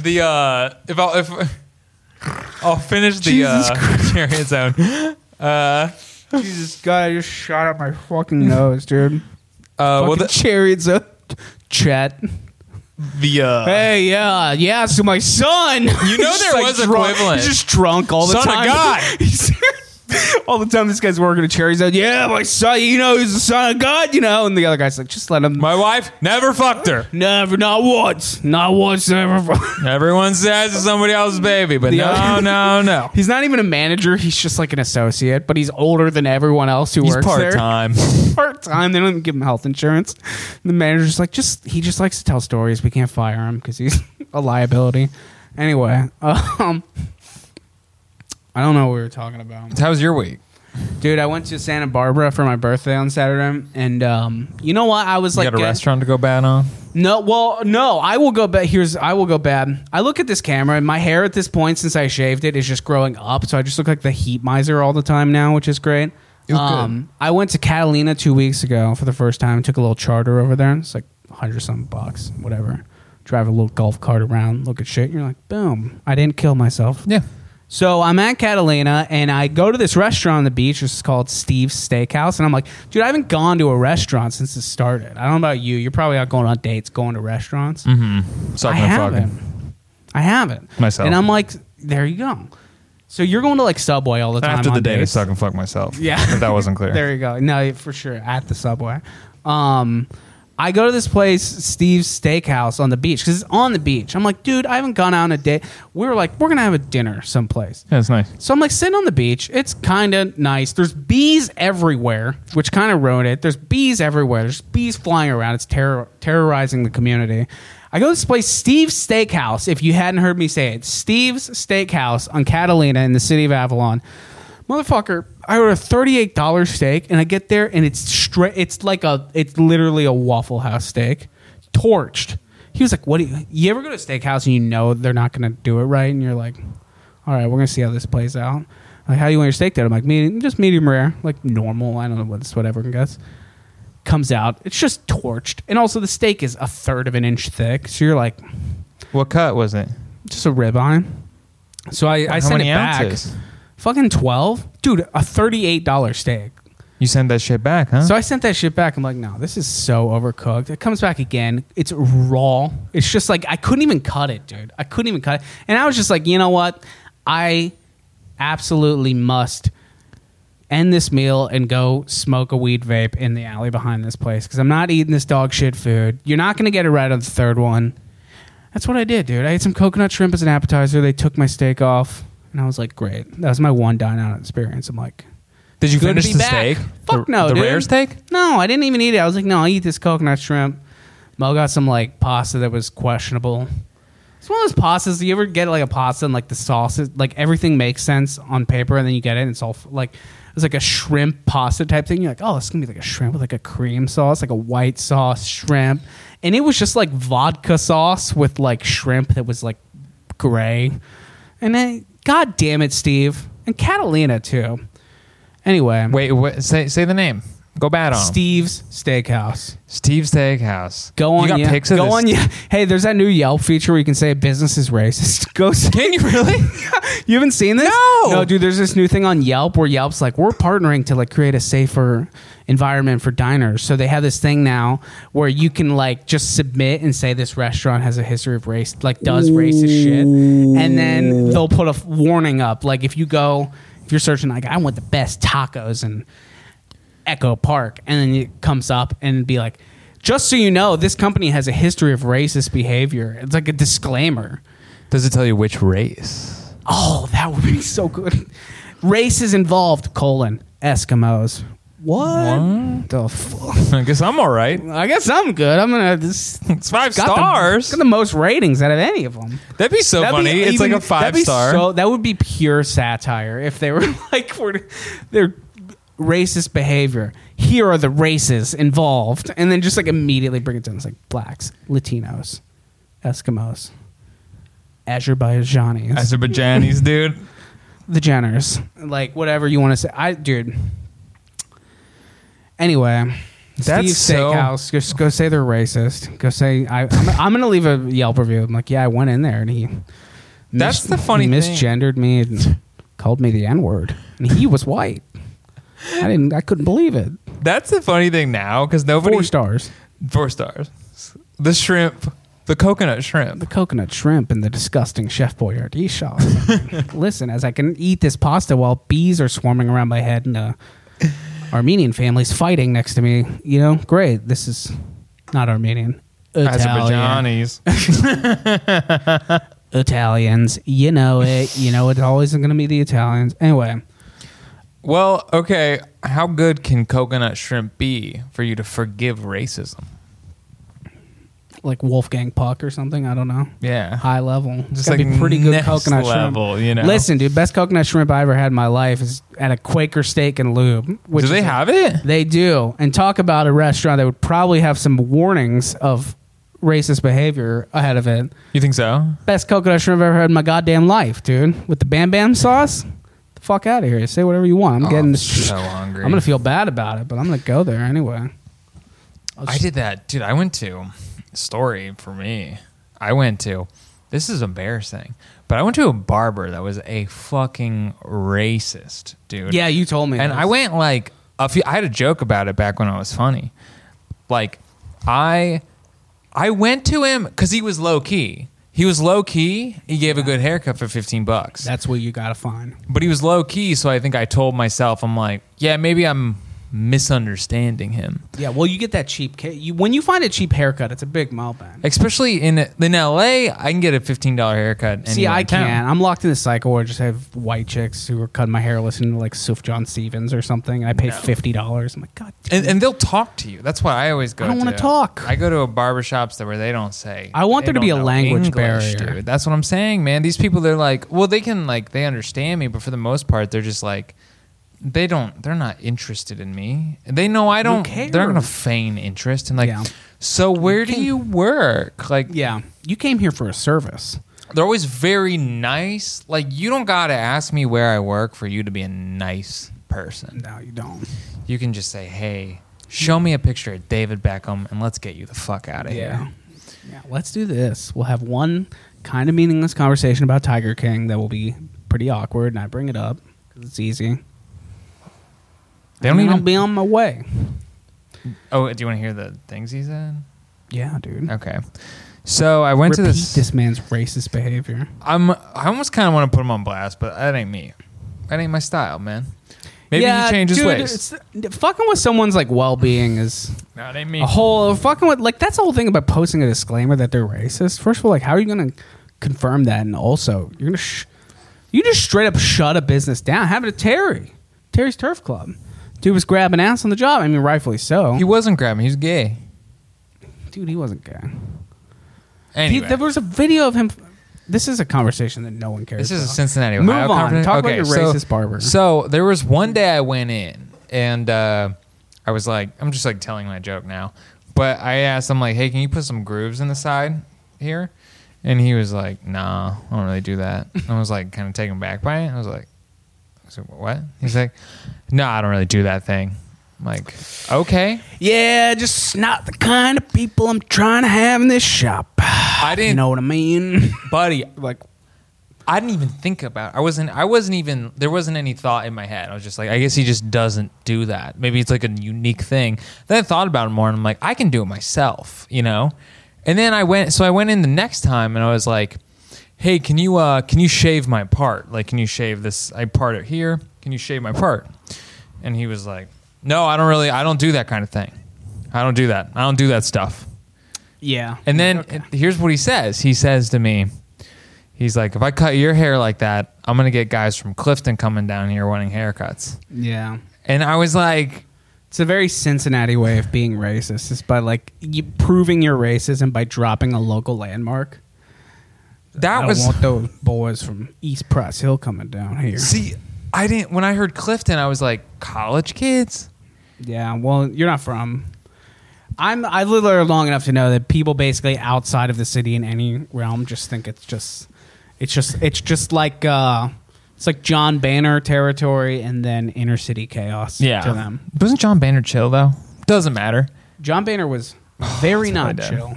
the uh, if I'll if I'll finish the
Jesus
uh, Chariot Zone. Uh,
Jesus God, I just shot up my fucking nose, dude.
uh, well,
Fucking
the,
chariots up. Chat.
the uh,
Hey, yeah, yeah. So my son, you
know there was
drunk,
equivalent.
He's just drunk all the
Son of
time.
God.
He's- all the time. This guy's working at Cherry's. Like, yeah, my son. You know, he's the son of God. You know. And the other guy's like, just let him.
my wife never fucked her.
never, not once, not once, never.
Everyone says it's somebody else's baby, but
The
no,
other-
no, no.
he's not even a manager. He's just like an associate, but he's older than everyone else who
He's
works
part
there.
time.
part time. They don't even give him health insurance. The manager's like, just he just likes to tell stories. We can't fire him because he's a liability. Anyway, um, I don't know what we were talking about,
How's your week?
dude. I went to Santa Barbara for my birthday on Saturday, and um, you know what? I was
You
like,
got a
uh,
restaurant to go bat on?
no, well, no. I will go bad. Here's I will go bad. I look at this camera, and my hair at this point, since I shaved it, is just growing up. So I just look like the heat miser all the time now, which is great. Um,
It was good.
I went to Catalina two weeks ago for the first time. Took a little charter over there. It's like hundred some bucks, whatever. Drive a little golf cart around, look at shit. You're like, boom! I didn't kill myself.
Yeah.
So I'm at Catalina and I go to this restaurant on the beach. It's called Steve's Steakhouse. And I'm like, dude, I haven't gone to a restaurant since it started. I don't know about you. You're probably out going on dates, going to restaurants.
Mm-hmm. Suck
I
my
haven't.
fucking.
I haven't.
Myself.
And I'm like, there you go. So you're going to like Subway all the time.
After the
on
date, I
dates.
suck and fuck myself.
Yeah.
If that wasn't clear.
There you go. No, for sure. At the subway. Um, I go to this place, Steve's Steakhouse on the beach, because it's on the beach. I'm like, dude, I haven't gone out on a date. We were like, we're going to have a dinner someplace.
yeah, it's nice.
So I'm like sitting on the beach. It's kind of nice. There's bees everywhere, which kind of ruined it. There's bees everywhere. There's bees flying around. It's terror- terrorizing the community. I go to this place, Steve's Steakhouse. If you hadn't heard me say it, Steve's Steakhouse on Catalina in the city of Avalon. Motherfucker, I order a thirty-eight dollar steak, and I get there, and it's straight. It's like a. It's literally a Waffle House steak, torched. He was like, "What? Do you, you ever go to a steakhouse and you know they're not going to do it right, and you're like, all right, we're gonna see how this plays out. Like, how do you want your steak done? I'm like, medium, just medium rare, like normal. I don't know what it's whatever I guess. Comes out, it's just torched, and also the steak is a third of an inch thick. So you're like,
What cut was it?
just a ribeye. So I, I
How
sent it
many
back,
ounces?
fucking twelve, dude, a thirty-eight dollar steak.
You send that shit back, huh?
So I sent that shit back. I'm like, no, this is so overcooked. It comes back again. It's raw. It's just like I couldn't even cut it, dude. I couldn't even cut it. And I was just like, you know what? I absolutely must end this meal and go smoke a weed vape in the alley behind this place because I'm not eating this dog shit food. You're not going to get it right on the third one. That's what I did, dude. I ate some coconut shrimp as an appetizer. They took my steak off, and I was like, great. That was my one dine out experience. I'm like,
Did you
Good to
finish
be
the
back.
steak?
Fuck
the,
no,
The
dude.
rare steak?
No, I didn't even eat it. I was like, no, I'll eat this coconut shrimp. Mo got some like pasta that was questionable. It's one of those pastas. You ever get like a pasta and like the sauce is like everything makes sense on paper, and then you get it and it's all f- like it's like a shrimp pasta type thing. You're like, oh, it's gonna be like a shrimp with like a cream sauce, like a white sauce shrimp, and it was just like vodka sauce with like shrimp that was like gray. And then, god damn it, Steve, and Catalina too. Anyway,
Wait, what, say say the name. Go bat on 'em.
Steve's Steakhouse.
Steve Steakhouse.
Go on,
You got
yeah.
pics of
Go
this-
on, yeah. Hey, there's that new Yelp feature where you can say business is racist. Go. s-
Can you really?
you haven't seen this?
No.
No, dude. There's this new thing on Yelp where Yelp's like, we're partnering to like create a safer environment for diners. So they have this thing now where you can like just submit and say this restaurant has a history of race, like does racist shit, and then they'll put a f- warning up. Like if you go, if you're searching, like I want the best tacos and Echo Park, and then it comes up and be like, just so you know, this company has a history of racist behavior. It's like a disclaimer.
Does it tell you which race?
Oh, that would be so good. Race is involved, colon, Eskimos. What? The fuck?
I guess I'm all right.
I guess I'm good. I'm gonna this
It's five
got
stars.
The, got the most ratings out of any of them.
that'd be so funny. it's like a five star.
So that would be pure satire if they were like were their racist behavior. Here are the races involved, and then just like immediately bring it down. It's like blacks, Latinos, Eskimos, Azerbaijanis,
Azerbaijanis, dude.
the Jenners, like whatever you want to say. I, dude. Anyway,
That's
Steve's
so-
Steakhouse. Just go say they're racist. Go say I. I'm, I'm gonna leave a Yelp review. I'm like, yeah, I went in there and he.
That's the funny
he
thing.
misgendered me and called me the N word, and he was white. I didn't. I couldn't believe it.
That's the funny thing now because nobody
Four stars.
Four stars. The shrimp, the coconut
the
shrimp.
coconut shrimp and the disgusting Chef Boyardee sauce. Listen, as I can eat this pasta while bees are swarming around my head and uh, Armenian families fighting next to me, you know, great. This is not Armenian. Italian.
Azerbaijanis.
Italians. You know it. You know it's always going to be the Italians. Anyway,
well, okay. How good can coconut shrimp be for you to forgive racism?
like Wolfgang Puck or something. I don't know.
Yeah.
High level. It's
Just
gotta
like
be pretty good
next
coconut
level,
shrimp.
you know?
Listen, dude, best coconut shrimp I ever had in my life is at a Quaker Steak and Lube. Which
Do they
is a-
have it?
They do. And talk about a restaurant that would probably have some warnings of racist behavior ahead of it.
You think so?
Best coconut shrimp I've ever had in my goddamn life, dude. With the Bam Bam sauce? The fuck out of here. Say whatever you want. I'm
Oh,
getting
I'm
this.
so hungry.
I'm going to feel bad about it, but I'm going to go there anyway. I'll
I
just-
did that, dude. I went to story for me. I went to. This is embarrassing, but I went to a barber that was a fucking racist, dude.
Yeah, you told me.
And
this.
I went like a few. I had a joke about it back when I was funny. Like I, I went to him because he was low key. He was low key. He gave a good haircut for fifteen bucks,
That's what you got to find.
but he was low key. So I think I told myself, I'm like, yeah, maybe I'm misunderstanding him,
Yeah, well, you get that cheap. ca- You, when you find a cheap haircut, it's a big mile bend.
especially in in L.A. I can get a fifteen dollar haircut.
See,
anywhere
I
in town.
can. I'm locked in the cycle where I just have white chicks who are cutting my hair listening to like Suf John Stevens or something, and I pay fifty dollars. I'm like, God, damn
And, and they'll talk to you. That's why I always go.
I don't wanna
to
talk.
I go to a barbershops that where they don't say.
I want
they
there to be
don't
a
know
language
English,
barrier.
Dude. That's what I'm saying, man. These people, they're like, well, they can like they understand me, but for the most part, they're just like, they don't. They're not interested in me. They know I don't.
cares?
They're gonna feign interest and like.
Yeah.
So where do you work? Like,
yeah, you came here for a service.
they're always very nice. Like, you don't gotta ask me where I work for you to be a nice person.
No, you don't.
you can just say, "Hey, show me a picture of David Beckham, and let's get you the fuck out of
Yeah.
here."
yeah, let's do this. We'll have one kind of meaningless conversation about Tiger King that will be pretty awkward, and I bring it up because it's easy.
They
and
don't
then
even.
I'll be on my way.
oh, do you want to hear the things he said?
Yeah, dude.
Okay, so I went
Repeat
to this.
this man's racist behavior.
I'm. I almost kind of want to put him on blast, but that ain't me. That ain't my style, man. Maybe
yeah,
he changes
dude,
ways.
it's- Fucking with someone's like well-being is
No, that ain't me.
a whole fucking with like that's the whole thing about posting a disclaimer that they're racist. First of all, like how are you gonna confirm that? And also, you're gonna sh- you just straight up shut a business down. Have it at Terry, Terry's Turf Club. Dude was grabbing ass on the job. I mean, rightfully so.
he wasn't grabbing. He was gay.
Dude, he wasn't gay. He,
Anyway,
there was a video of him. This is a conversation that no one cares.
this is a
about.
Cincinnati.
Move
Ohio
on.
conference.
Talk about your
so-
racist barber.
So there was one day I went in and uh, I was like, I'm just like telling my joke now, but I asked him like, hey, can you put some grooves in the side here? And he was like, nah, I don't really do that. I was like, kind of taken back by it. I was like, I said, what? He's like, no, I don't really do that thing. I'm like, okay.
yeah, just not the kind of people I'm trying to have in this shop.
I
You
didn't,
know what I mean?
buddy.
like,
I didn't even think about. I wasn't. I wasn't even. There wasn't any thought in my head. I was just like, I guess he just doesn't do that. Maybe it's like a unique thing. Then I thought about it more, and I'm like, I can do it myself, you know. And then I went. So I went in the next time, and I was like, Hey, can you uh, can you shave my part? Like, can you shave this? I part it here. Can you shave my part? And he was like, No, I don't really. I don't do that kind of thing. I don't do that. I don't do that stuff.
yeah.
And then here's what he says. He says to me, he's like, if I cut your hair like that, I'm gonna get guys from Clifton coming down here wanting haircuts.
yeah.
And I was like,
It's a very Cincinnati way of being racist. It's by like you proving your racism by dropping a local landmark. I
that
don't
was
want those boys from East Price Hill coming down here.
see, I didn't when I heard Clifton, I was like, college kids?
Yeah, well, you're not from. I'm. I lived there long enough to know that people basically outside of the city in any realm just think it's just It's just it's just like uh, it's like John Banner territory and then inner city chaos
Yeah.
to them.
Wasn't John Banner chill though? Doesn't matter.
John Banner was very not
dad.
chill.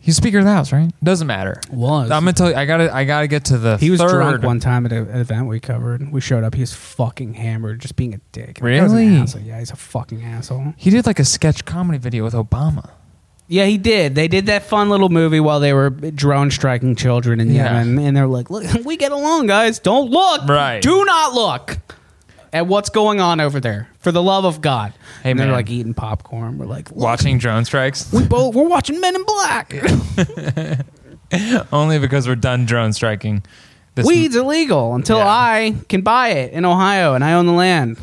He's Speaker of the House, right? Doesn't matter.
Was.
I'm gonna tell you. I gotta. I gotta get to the.
He was
third.
drunk one time at a, an event we covered. We showed up. He was fucking hammered, just being a dick. That guy's an
Really?
asshole. Yeah, he's a fucking asshole.
He did like a sketch comedy video with Obama.
Yeah, he did. They did that fun little movie while they were drone striking children in
Yeah.
Yemen, and they're like, "Look, we get along, guys. Don't look.
Right.
Do not look at what's going on over there. For the love of God."
Hey,
and
man.
they're like eating popcorn. We're like, "Look,
Watching drone strikes
we both we're watching Men in Black.
only because we're done drone striking. This
Weed's illegal until
Yeah.
I can buy it in Ohio, and I own the land.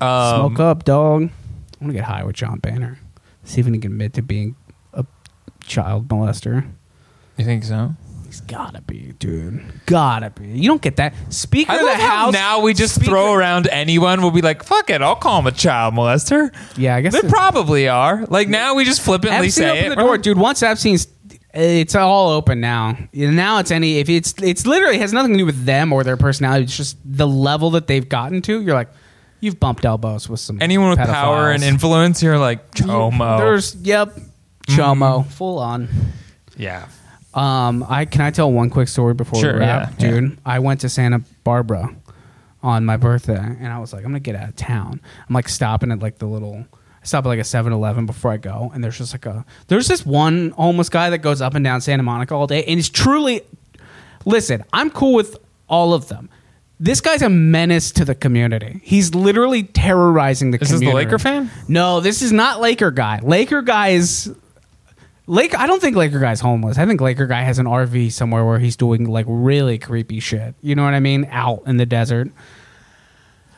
um,
Smoke up, dog. I want to get high with John Banner. See if he can admit to being a child molester.
You think so?
He's gotta be, dude. Gotta be. You don't get that. Speaker
I
of
love
the
how
house.
now we just
Speaker-
throw around anyone. We'll be like, "Fuck it, I'll call him a child molester."
Yeah, I guess
they
it's-
probably are. Like now, we just flippantly
Epstein
say
opened
it.
the door, dude. Once Epstein's, it's all open now. Now it's any if it's it's literally has nothing to do with them or their personality. It's just the level that they've gotten to. You're like, you've bumped elbows with some
Anyone with power
pedophiles.
and influence, you're like chomo. Mm-hmm.
There's yep, chomo, full on.
yeah,
Um, I can I tell one quick story before
Sure,
we wrap,
yeah, yeah.
dude. I went to Santa Barbara on my birthday, and I was like, I'm gonna get out of town. I'm like stopping at like the little. I stop at like a 7-Eleven before I go, and there's just like a there's this one homeless guy that goes up and down Santa Monica all day, and he's truly. Listen, I'm cool with all of them. This guy's a menace to the community. He's literally terrorizing the
Is this the
community.
Laker fan?
No, this is not Laker guy. Laker guy is Lake. I don't think Laker guy's homeless. I think Laker guy has an RV somewhere where he's doing like really creepy shit. You know what I mean? Out in the desert.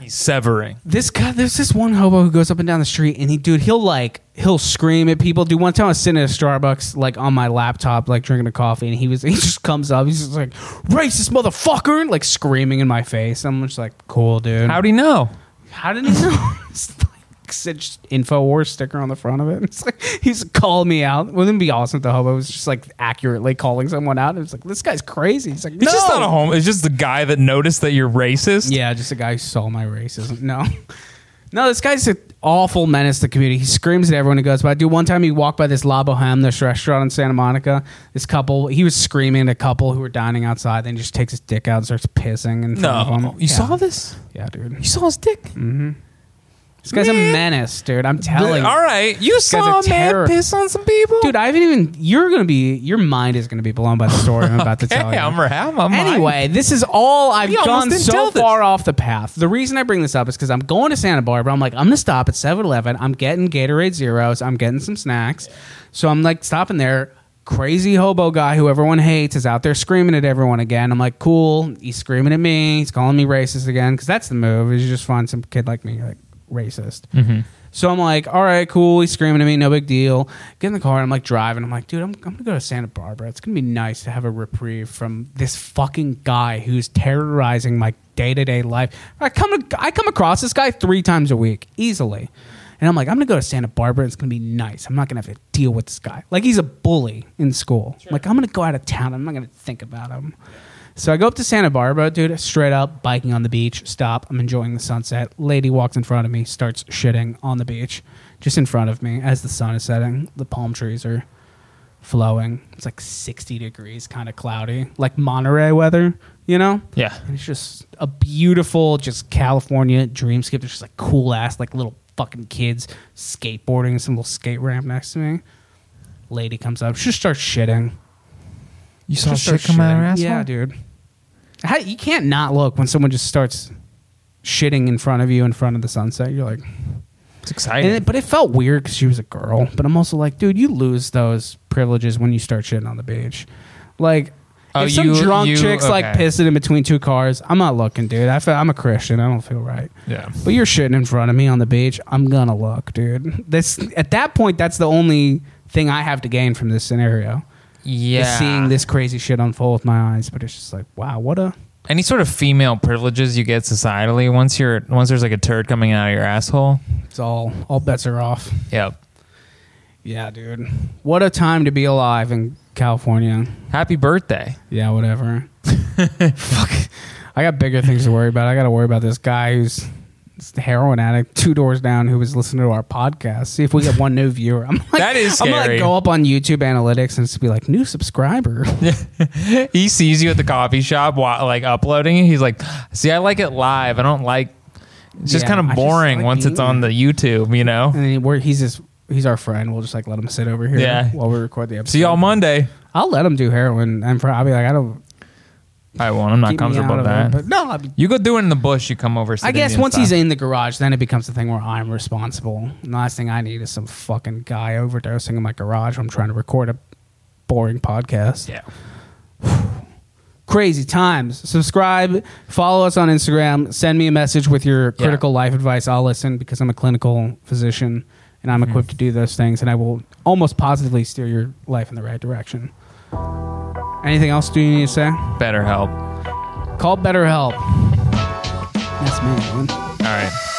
he's severing.
This guy, there's this one hobo who goes up and down the street, and he, dude, he'll like, he'll scream at people. Dude, one time I was sitting at a Starbucks, like on my laptop, like drinking a coffee, and he was, he just comes up, he's just like, racist motherfucker, and like screaming in my face. I'm just like, cool, dude.
How do you know?
How did he know? It's like such Infowars sticker on the front of it. It's like he's called me out. Wouldn't it be awesome if the hobo was just like accurately calling someone out? It was like this guy's crazy. He's like, no.
It's just not a home. It's just the guy that noticed that you're racist.
Yeah, just a guy who saw my racism. No, no, this guy's an awful menace to the community. He screams at everyone who goes by. Dude, one time he walked by this La Boheme, this restaurant in Santa Monica. This couple, he was screaming at a couple who were dining outside. Then he just takes his dick out and starts pissing in front of
No,
them. Yeah.
you
Mm.
saw this.
Yeah, dude.
You saw his dick.
This guy's a
Man.
menace, dude. I'm telling you.
All right, you saw
are
a man
terror-
piss on some people,
dude. I haven't even. You're gonna be. Your mind is gonna be blown by the story I'm about to
Hey,
tell you.
I'm around. I'm
anyway, this is all I've
We almost
gone
didn't
so
tell this.
far off the path. The reason I bring this up is because I'm going to Santa Barbara. I'm like, I'm gonna stop at 7-Eleven. I'm getting Gatorade zeros. I'm getting some snacks. So I'm like stopping there. Crazy hobo guy who everyone hates is out there screaming at everyone again. I'm like, cool. He's screaming at me. He's calling me racist again because that's the move. Is you just find some kid like me, like racist.
Mm-hmm.
So I'm like, all right, cool. He's screaming at me, no big deal. Get in the car. And I'm like driving. I'm like, dude, I'm, I'm gonna go to Santa Barbara. It's gonna be nice to have a reprieve from this fucking guy who's terrorizing my day to day life. I come I come across this guy three times a week easily, and I'm like, I'm gonna go to Santa Barbara. It's gonna be nice. I'm not gonna have to deal with this guy. Like he's a bully in school. Like I'm gonna go out of town. I'm not gonna think about him. So I go up to Santa Barbara, dude, straight up, biking on the beach, stop. I'm enjoying the sunset. Lady walks in front of me, starts shitting on the beach, just in front of me as the sun is setting. The palm trees are flowing. It's like 60 degrees, kind of cloudy, like Monterey weather, you know?
Yeah.
And it's just a beautiful, just California dreamscape. There's just like cool ass, like little fucking kids skateboarding, some little skate ramp next to me. Lady comes up, she just starts shitting.
You saw
Just
shit
start
come out of her
shitting.
asshole.
Yeah, dude. How, you can't not look when someone just starts shitting in front of you in front of the sunset. You're like,
It's exciting.
and it, but it felt weird because she was a girl. But I'm also like, dude, you lose those privileges when you start shitting on the beach. Like,
Oh,
if some
you-
drunk
you-
chicks like
okay.
pissing in between two cars, I'm not looking, dude. I feel, I'm a Christian. I don't feel right.
yeah.
But you're shitting in front of me on the beach. I'm gonna look, dude. This at that point, that's the only thing I have to gain from this scenario is
Yeah.
seeing this crazy shit unfold with my eyes. But it's just like, wow, what a
any sort of female privileges you get societally once you're once there's like a turd coming out of your asshole.
it's all all bets are off.
Yep.
Yeah, dude. What a time to be alive in California.
Happy birthday.
Yeah, whatever. Fuck. I got bigger things to worry about. I got to worry about this guy who's this heroin addict two doors down who was listening to our podcast. See if we get one new viewer. I'm like,
That is
I'm gonna
scary.
like go up on YouTube analytics and just be like, new subscriber.
He sees you at the coffee shop while like uploading it. He's like, see, I like it live. I don't like it's just
Yeah,
kind
I
of
just
boring
like Mm.
once it's
eating.
on the YouTube, you know?
And then we're, he's just he's our friend. We'll just like let him sit over here
Yeah.
while we record the episode.
See y'all Monday.
I'll let him do heroin. I'm pro- I'll be like, I don't.
I won't. I'm not
keep me out
comfortable
of
with
it.
that.
But no, I mean,
you go do it in the bush. You come over.
I
sit
guess
Indian
once
style.
he's in the garage, then it becomes a thing where I'm responsible. And the last thing I need is some fucking guy overdosing in my garage. when I'm trying to record a boring podcast.
yeah.
Crazy times. Subscribe, follow us on Instagram, send me a message with your
Yeah.
critical life advice. I'll listen because I'm a clinical physician and I'm
Mm.
equipped to do those things, and I will almost positively steer your life in the right direction. Anything else do you need to say?
Better help.
Call BetterHelp. That's me. Man.
All right.